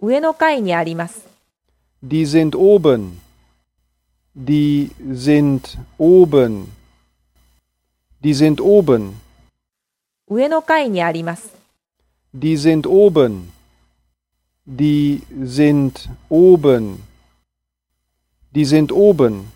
上の階にあります。 Die sind oben. Die sind oben. Die sind oben. 上の階にあります。 Die sind oben. Die sind oben. Die sind oben.